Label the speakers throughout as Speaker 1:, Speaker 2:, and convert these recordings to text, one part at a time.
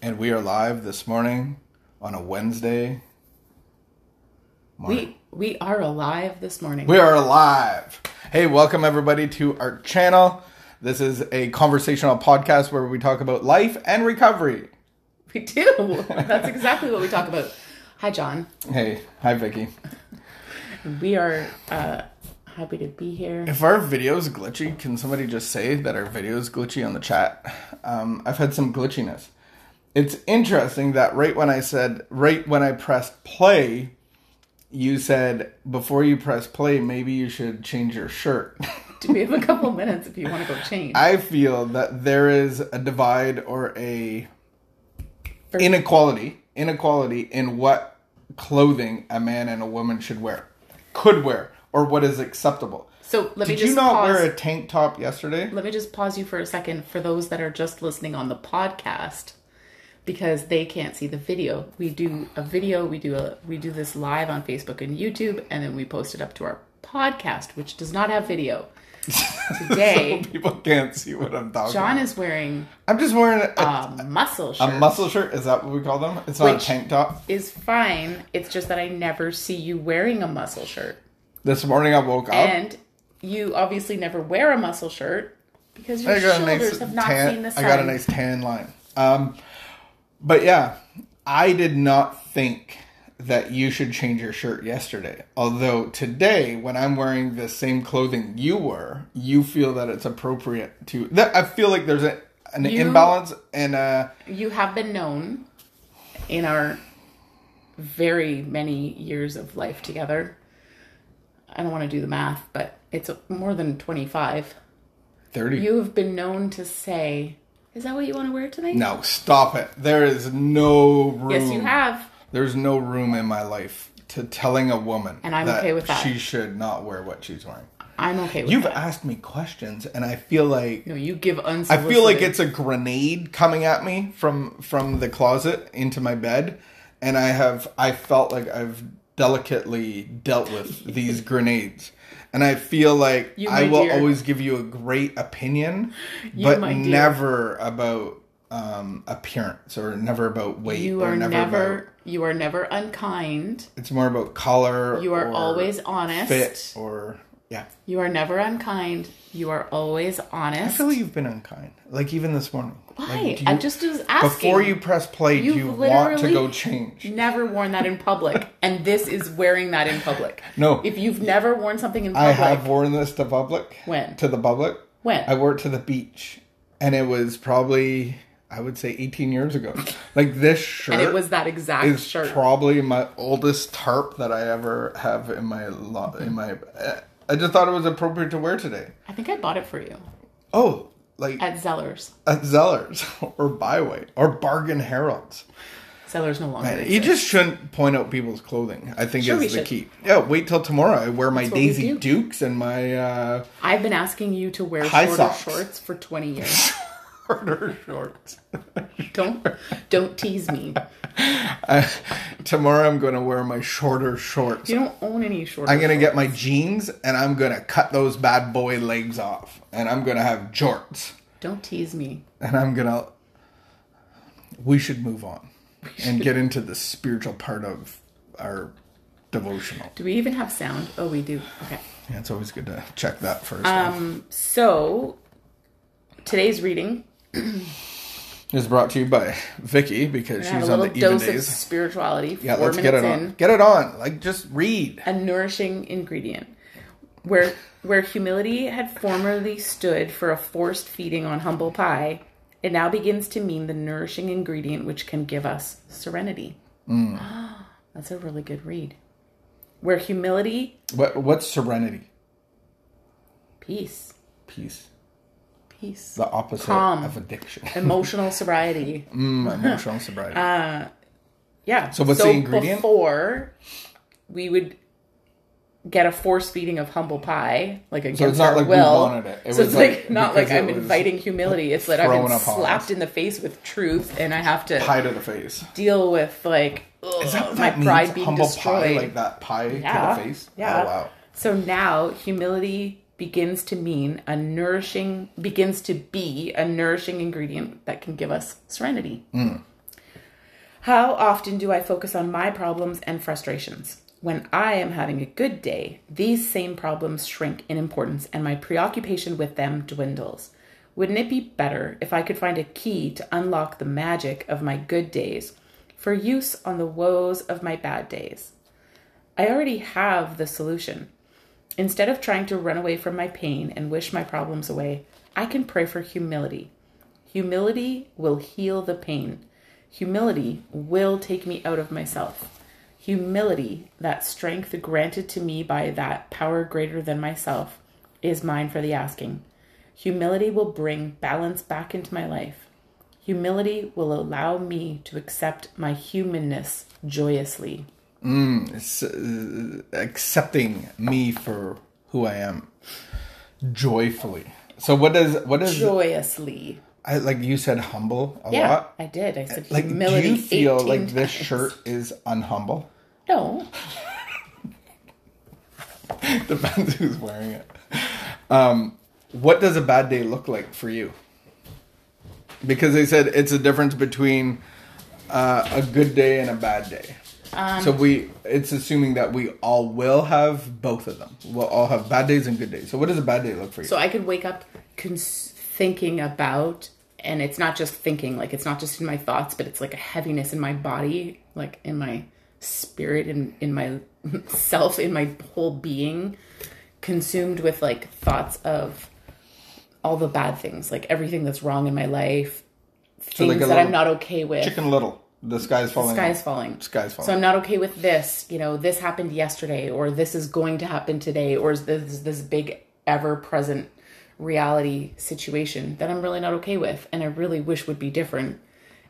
Speaker 1: And we are live this morning on a Wednesday.
Speaker 2: We we are alive this morning.
Speaker 1: We are alive. Hey, welcome everybody to our channel. This is a conversational podcast where we talk about life and recovery.
Speaker 2: We do. That's exactly what we talk about. Hi, John.
Speaker 1: Hey, hi Vicky.
Speaker 2: We are uh, happy to be here.
Speaker 1: If our video's glitchy, can somebody just say that our video's glitchy on the chat? Um, I've had some glitchiness. It's interesting that right when I said, right when I pressed play, you said, before you press play, maybe you should change your shirt.
Speaker 2: We have a couple minutes if you want to go change.
Speaker 1: I feel that there is a divide or a inequality, inequality in what clothing a man and a woman should wear, could wear, or what is acceptable.
Speaker 2: So let me
Speaker 1: Did
Speaker 2: just
Speaker 1: you not
Speaker 2: pause.
Speaker 1: wear a tank top yesterday?
Speaker 2: Let me just pause you for a second for those that are just listening on the podcast because they can't see the video. We do a video, we do a we do this live on Facebook and YouTube and then we post it up to our podcast which does not have video. Today,
Speaker 1: People can't see what I'm talking
Speaker 2: John
Speaker 1: about.
Speaker 2: is wearing
Speaker 1: I'm just wearing a,
Speaker 2: a muscle shirt.
Speaker 1: a muscle shirt. Is that what we call them? It's not
Speaker 2: Which-
Speaker 1: a tank top.
Speaker 2: is fine. It's just that I never see you wearing a muscle shirt.
Speaker 1: This morning I woke up.
Speaker 2: And you obviously never wear a muscle shirt because your
Speaker 1: I got a
Speaker 2: shoulders
Speaker 1: nice
Speaker 2: have not
Speaker 1: tan.
Speaker 2: seen the
Speaker 1: I
Speaker 2: sun.
Speaker 1: got a nice tan line. Um, but yeah, I did not think that you should change your shirt yesterday. Although today, when I'm wearing the same clothing you were, you feel that it's appropriate to. That I feel like there's a, an
Speaker 2: You-
Speaker 1: imbalance and uh,
Speaker 2: You have been known in our very many years of life together. I don't want to do the math, but it's more than 25.
Speaker 1: thirty.
Speaker 2: You have been known to say, Is that what you want to wear today?
Speaker 1: no, stop it. There is no room.
Speaker 2: Yes, you have.
Speaker 1: There's no room in my life to telling a woman
Speaker 2: And I'm okay with that.
Speaker 1: she should not wear what she's wearing.
Speaker 2: I'm okay with
Speaker 1: You've
Speaker 2: that.
Speaker 1: asked me questions, and I feel like
Speaker 2: No, you give
Speaker 1: I
Speaker 2: unsolicited.
Speaker 1: feel like it's a grenade coming at me from from the closet into my bed, and I have I felt like I've delicately dealt with these grenades, and I feel like
Speaker 2: You,
Speaker 1: I
Speaker 2: my
Speaker 1: will
Speaker 2: dear.
Speaker 1: always give you a great opinion, but
Speaker 2: my dear.
Speaker 1: never about um appearance or never about weight
Speaker 2: You
Speaker 1: or
Speaker 2: are
Speaker 1: never,
Speaker 2: never
Speaker 1: about,
Speaker 2: you are never unkind.
Speaker 1: it's more about color
Speaker 2: You are
Speaker 1: or
Speaker 2: always honest.
Speaker 1: fit or yeah
Speaker 2: You are never unkind. You are always honest.
Speaker 1: I feel you've been unkind. Like even this morning.
Speaker 2: Why?
Speaker 1: Like, do
Speaker 2: I
Speaker 1: you-
Speaker 2: just was asking.
Speaker 1: before you press play, do
Speaker 2: You've
Speaker 1: you want to
Speaker 2: literally-
Speaker 1: go change?
Speaker 2: never worn that in public, and this is wearing that in public.
Speaker 1: No.
Speaker 2: If you've never worn something in public,
Speaker 1: I have worn this to public.
Speaker 2: When?
Speaker 1: To the public.
Speaker 2: When?
Speaker 1: I wore it to the beach, and it was probably I would say 18 years ago. Like this shirt.
Speaker 2: and it was that exact
Speaker 1: Is
Speaker 2: shirt.
Speaker 1: probably my oldest tarp that I ever have in my lo- in my. uh, I just thought it was appropriate to wear today.
Speaker 2: I think I bought it for you
Speaker 1: Oh, like
Speaker 2: at Zellers.
Speaker 1: at Zellers or Byway or Bargain Heralds.
Speaker 2: Zellers no longer.
Speaker 1: You
Speaker 2: exists.
Speaker 1: just shouldn't point out people's clothing. I think
Speaker 2: Sure we
Speaker 1: is the
Speaker 2: should.
Speaker 1: key. Yeah, wait till tomorrow. I wear my
Speaker 2: what we
Speaker 1: Daisy
Speaker 2: do.
Speaker 1: Dukes and my uh,
Speaker 2: I've been asking you to wear
Speaker 1: High
Speaker 2: shorter
Speaker 1: socks.
Speaker 2: shorts for twenty years.
Speaker 1: harder shorts.
Speaker 2: don't don't tease me.
Speaker 1: I, tomorrow I'm going to wear my shorter shorts.
Speaker 2: You don't own any shorter.
Speaker 1: I'm going to get my jeans and I'm going to cut those bad boy legs off. And I'm going to have jorts.
Speaker 2: Don't tease me.
Speaker 1: And I'm going to. We should move on and get into the spiritual part of our devotional.
Speaker 2: Do we even have sound? Oh, we do. Okay.
Speaker 1: Yeah, it's always good to check that first.
Speaker 2: Um, So today's reading
Speaker 1: is brought to you by Vicky because
Speaker 2: had a
Speaker 1: she's on
Speaker 2: little
Speaker 1: the even
Speaker 2: dose of
Speaker 1: days.
Speaker 2: spirituality.
Speaker 1: Yeah,
Speaker 2: four
Speaker 1: let's
Speaker 2: minutes
Speaker 1: get it
Speaker 2: in,
Speaker 1: on. Get it on. Like just read.
Speaker 2: a nourishing ingredient. Where where humility had formerly stood for a forced feeding on humble pie, it now begins to mean the nourishing ingredient which can give us serenity.
Speaker 1: Mm.
Speaker 2: That's a really good read. Where humility,
Speaker 1: What what's serenity?
Speaker 2: peace,
Speaker 1: Peace.
Speaker 2: peace,
Speaker 1: The opposite
Speaker 2: Calm.
Speaker 1: of addiction.
Speaker 2: emotional sobriety.
Speaker 1: Mm, Emotional sobriety.
Speaker 2: Yeah. So
Speaker 1: what's the ingredient?
Speaker 2: Before we would get a force feeding of humble pie, like against
Speaker 1: not
Speaker 2: our
Speaker 1: like we
Speaker 2: will.
Speaker 1: wanted it. It
Speaker 2: so
Speaker 1: was
Speaker 2: it's like,
Speaker 1: like-
Speaker 2: not like
Speaker 1: because
Speaker 2: I'm
Speaker 1: it was
Speaker 2: inviting humility. It's that I've
Speaker 1: thrown
Speaker 2: been
Speaker 1: upon us.
Speaker 2: slapped in the face with truth, and I have to
Speaker 1: pie to the face. Oh,
Speaker 2: deal with like ugh,
Speaker 1: Is that what
Speaker 2: my
Speaker 1: that means?
Speaker 2: pride being
Speaker 1: Humble
Speaker 2: destroyed.
Speaker 1: pie, like that pie to
Speaker 2: yeah.
Speaker 1: the face.
Speaker 2: Yeah.
Speaker 1: Oh, wow.
Speaker 2: So now humility begins to mean a
Speaker 1: Hmm.
Speaker 2: nourishing begins to be a nourishing ingredient that can give us serenity. How often do I focus on my problems and frustrations? When I am having a good day, these same problems shrink in importance and my preoccupation with them dwindles. Wouldn't it be better if I could find a key to unlock the magic of my good days for use on the woes of my bad days? I already have the solution. Instead of trying to run away from my pain and wish my problems away, I can pray for humility. Humility will heal the pain. Humility will take me out of myself. Humility, that strength granted to me by that power greater than myself, is mine for the asking. Humility will bring balance back into my life. Humility will allow me to accept my humanness joyously.
Speaker 1: It's, uh, accepting me for who I am joyfully. So what does what does
Speaker 2: Joyously.
Speaker 1: I like you said humble a
Speaker 2: Yeah,
Speaker 1: lot?
Speaker 2: I did. I said
Speaker 1: Like
Speaker 2: humility.
Speaker 1: do you feel
Speaker 2: 18
Speaker 1: like this
Speaker 2: times.
Speaker 1: shirt is unhumble?
Speaker 2: No.
Speaker 1: Depends who's wearing it. Um, what does a bad day look like for you? Because they said it's a difference between uh, a good day and a bad day.
Speaker 2: Um,
Speaker 1: so we, it's assuming that we all will have both of them. We'll all have bad days and good days. So what does a bad day look for you?
Speaker 2: So I could wake up cons- thinking about, and it's not just thinking, like it's not just in my thoughts, but it's like a heaviness in my body, like in my spirit, in in my self, in my whole being, consumed with like thoughts of all the bad things, like everything that's wrong in my life, things
Speaker 1: like a
Speaker 2: that I'm
Speaker 1: little
Speaker 2: not okay with.
Speaker 1: Chicken Little. The sky's falling.
Speaker 2: Sky's falling.
Speaker 1: Sky's falling.
Speaker 2: So I'm not okay with this. You know, this happened yesterday, or this is going to happen today, or is this this big ever present reality situation that I'm really not okay with, and I really wish would be different.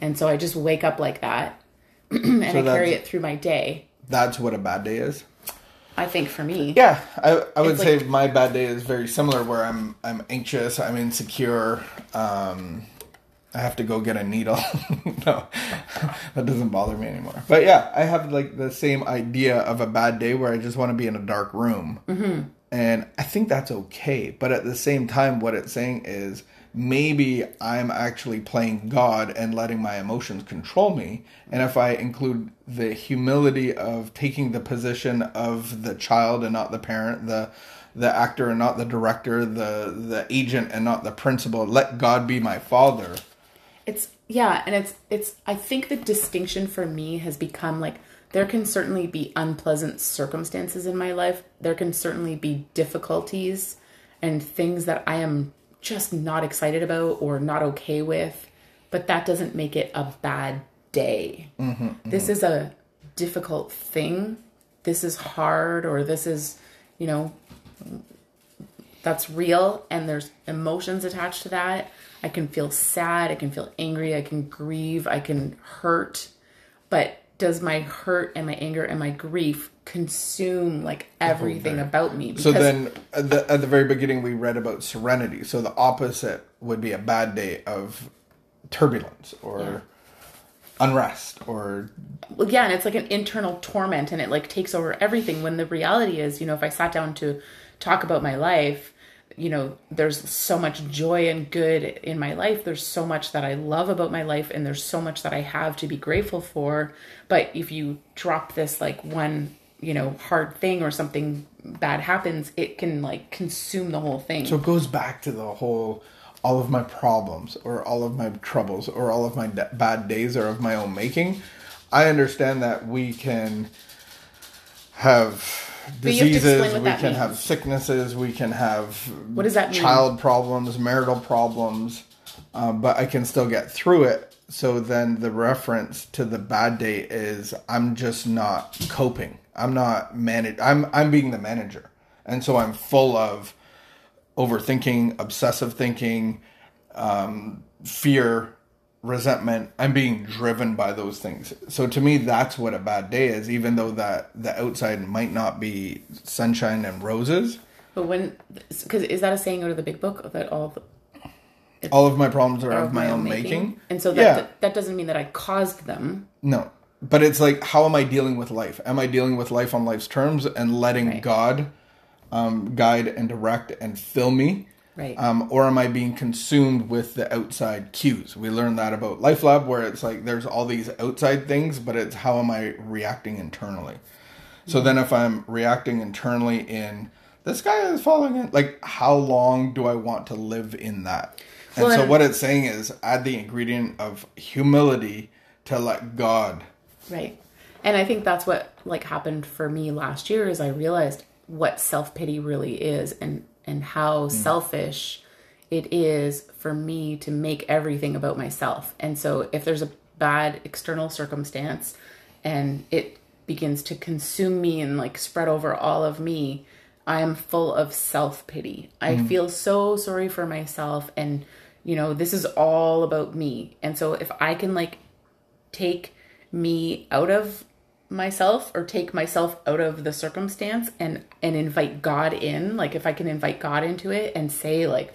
Speaker 2: And so I just wake up like that, and I carry
Speaker 1: that's-
Speaker 2: it through my day.
Speaker 1: That's what a bad day is.
Speaker 2: I think for me,
Speaker 1: Yeah, I, I would
Speaker 2: It's
Speaker 1: say my bad day is very similar. Where I'm I'm anxious, I'm insecure. Um, I have to go get a needle. no, that doesn't bother me anymore. But yeah, I have like the same idea of a bad day where I just want to be in a dark room, mm-hmm. and I think that's okay. But at the same time, what it's saying is maybe I'm actually playing God and letting my emotions control me. And if I include the humility of taking the position of the child and not the parent, the the actor and not the director, the the agent and not the principal, let God be my father.
Speaker 2: it's yeah, and it's it's. I think the distinction for me has become like there can certainly be unpleasant circumstances in my life. There can certainly be difficulties and things that I am just not excited about or not okay with, but that doesn't make it a bad day. This is a difficult thing. This is hard, or this is, you know, that's real, and there's emotions attached to that. I can feel sad, I can feel angry, I can grieve, I can hurt, but does my hurt and my anger and my grief consume like everything about me?
Speaker 1: So
Speaker 2: Because-
Speaker 1: then at the, at the very beginning we read about serenity. So the opposite would be a bad day of turbulence or unrest or
Speaker 2: well, yeah, and it's like an internal torment and it like takes over everything when the reality is, you know, if I sat down to talk about my life, you know, there's so much joy and good in my life. There's so much that I love about my life and there's so much that I have to be grateful for. But if you drop this like one, you know, hard thing or something bad happens, it can like consume the whole thing.
Speaker 1: So it goes back to the whole all of my problems or all of my troubles or all of my d bad days are of my own making. I understand that we can have
Speaker 2: you have to explain
Speaker 1: diseases,
Speaker 2: what
Speaker 1: we
Speaker 2: that
Speaker 1: can have
Speaker 2: means.
Speaker 1: sicknesses, we can have
Speaker 2: What does that mean?
Speaker 1: child problems, marital problems, uh, but I can still get through it. So then the reference to the bad day is I'm just not coping. I'm not manage. I'm I'm being the manager, and so I'm full of overthinking, obsessive thinking, um, fear, resentment. I'm being driven by those things. So to me, that's what a bad day is. Even though that the outside might not be sunshine and roses,
Speaker 2: But when, because is that a saying out of the big book that all the,
Speaker 1: all of my problems are of my, own making.
Speaker 2: And so that, that that doesn't mean that I caused them.
Speaker 1: No. But it's like, how am I dealing with life? Am I dealing with life on life's terms and letting God um, guide and direct and fill me?
Speaker 2: Right.
Speaker 1: Um, or am I being consumed with the outside cues? We learned that about Life Lab, where it's like there's all these outside things, but it's how am I reacting internally? So then, if I'm reacting internally in this guy is following it, like how long do I want to live in that? And
Speaker 2: Well,
Speaker 1: so,
Speaker 2: and-
Speaker 1: what it's saying is add the ingredient of humility to let God.
Speaker 2: Right. And I think that's what like happened for me last year is I realized what self-pity really is and and how selfish it is for me to make everything about myself. And so if there's a bad external circumstance and it begins to consume me and like spread over all of me, I am full of self pity. I feel so sorry for myself and you know, this is all about me. And so if I can like take me out of myself or take myself out of the circumstance and and invite God in like if I can invite God into it and say like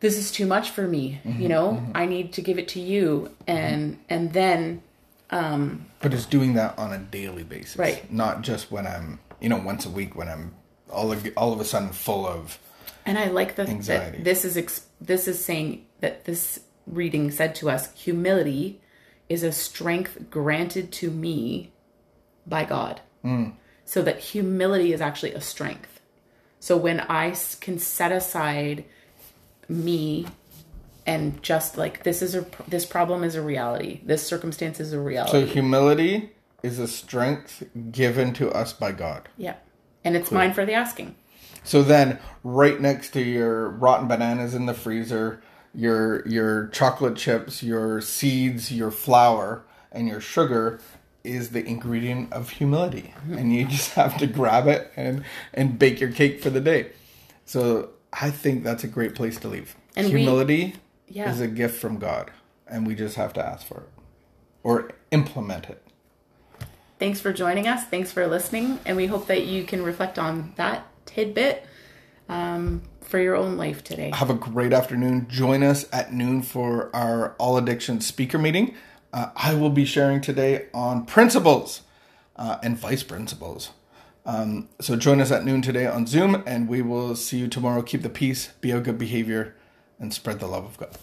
Speaker 2: this is too much for me you know I need to give it to you and and then
Speaker 1: But it's doing that on a daily basis,
Speaker 2: Right.
Speaker 1: Not just when I'm, you know, once a week when I'm all of, all of a sudden full of.
Speaker 2: And I like the,
Speaker 1: Anxiety.
Speaker 2: that this is ex- this is saying that this reading said to us humility is a strength granted to me by God.
Speaker 1: Mm.
Speaker 2: So that humility is actually a strength. So when I s- can set aside me and just like this is a pr- this problem is a reality. This circumstance is a reality.
Speaker 1: So humility is a strength given to us by God.
Speaker 2: yeah. And it's mine for the asking.
Speaker 1: So then, right next to your rotten bananas in the freezer, your your chocolate chips, your seeds, your flour, and your sugar is the ingredient of humility, and you just have to grab it and and bake your cake for the day. So I think that's a great place to leave.
Speaker 2: And we-
Speaker 1: humility
Speaker 2: Yeah.
Speaker 1: is a gift from God, and we just have to ask for it or implement it.
Speaker 2: Thanks for joining us. Thanks for listening. And we hope that you can reflect on that tidbit um, for your own life today.
Speaker 1: Have a great afternoon. Join us at noon for our All Addiction speaker meeting. Uh, I will be sharing today on principles uh, and vice principles. Um, so join us at noon today on Zoom, and we will see you tomorrow. Keep the peace, be of good behavior, and spread the love of God.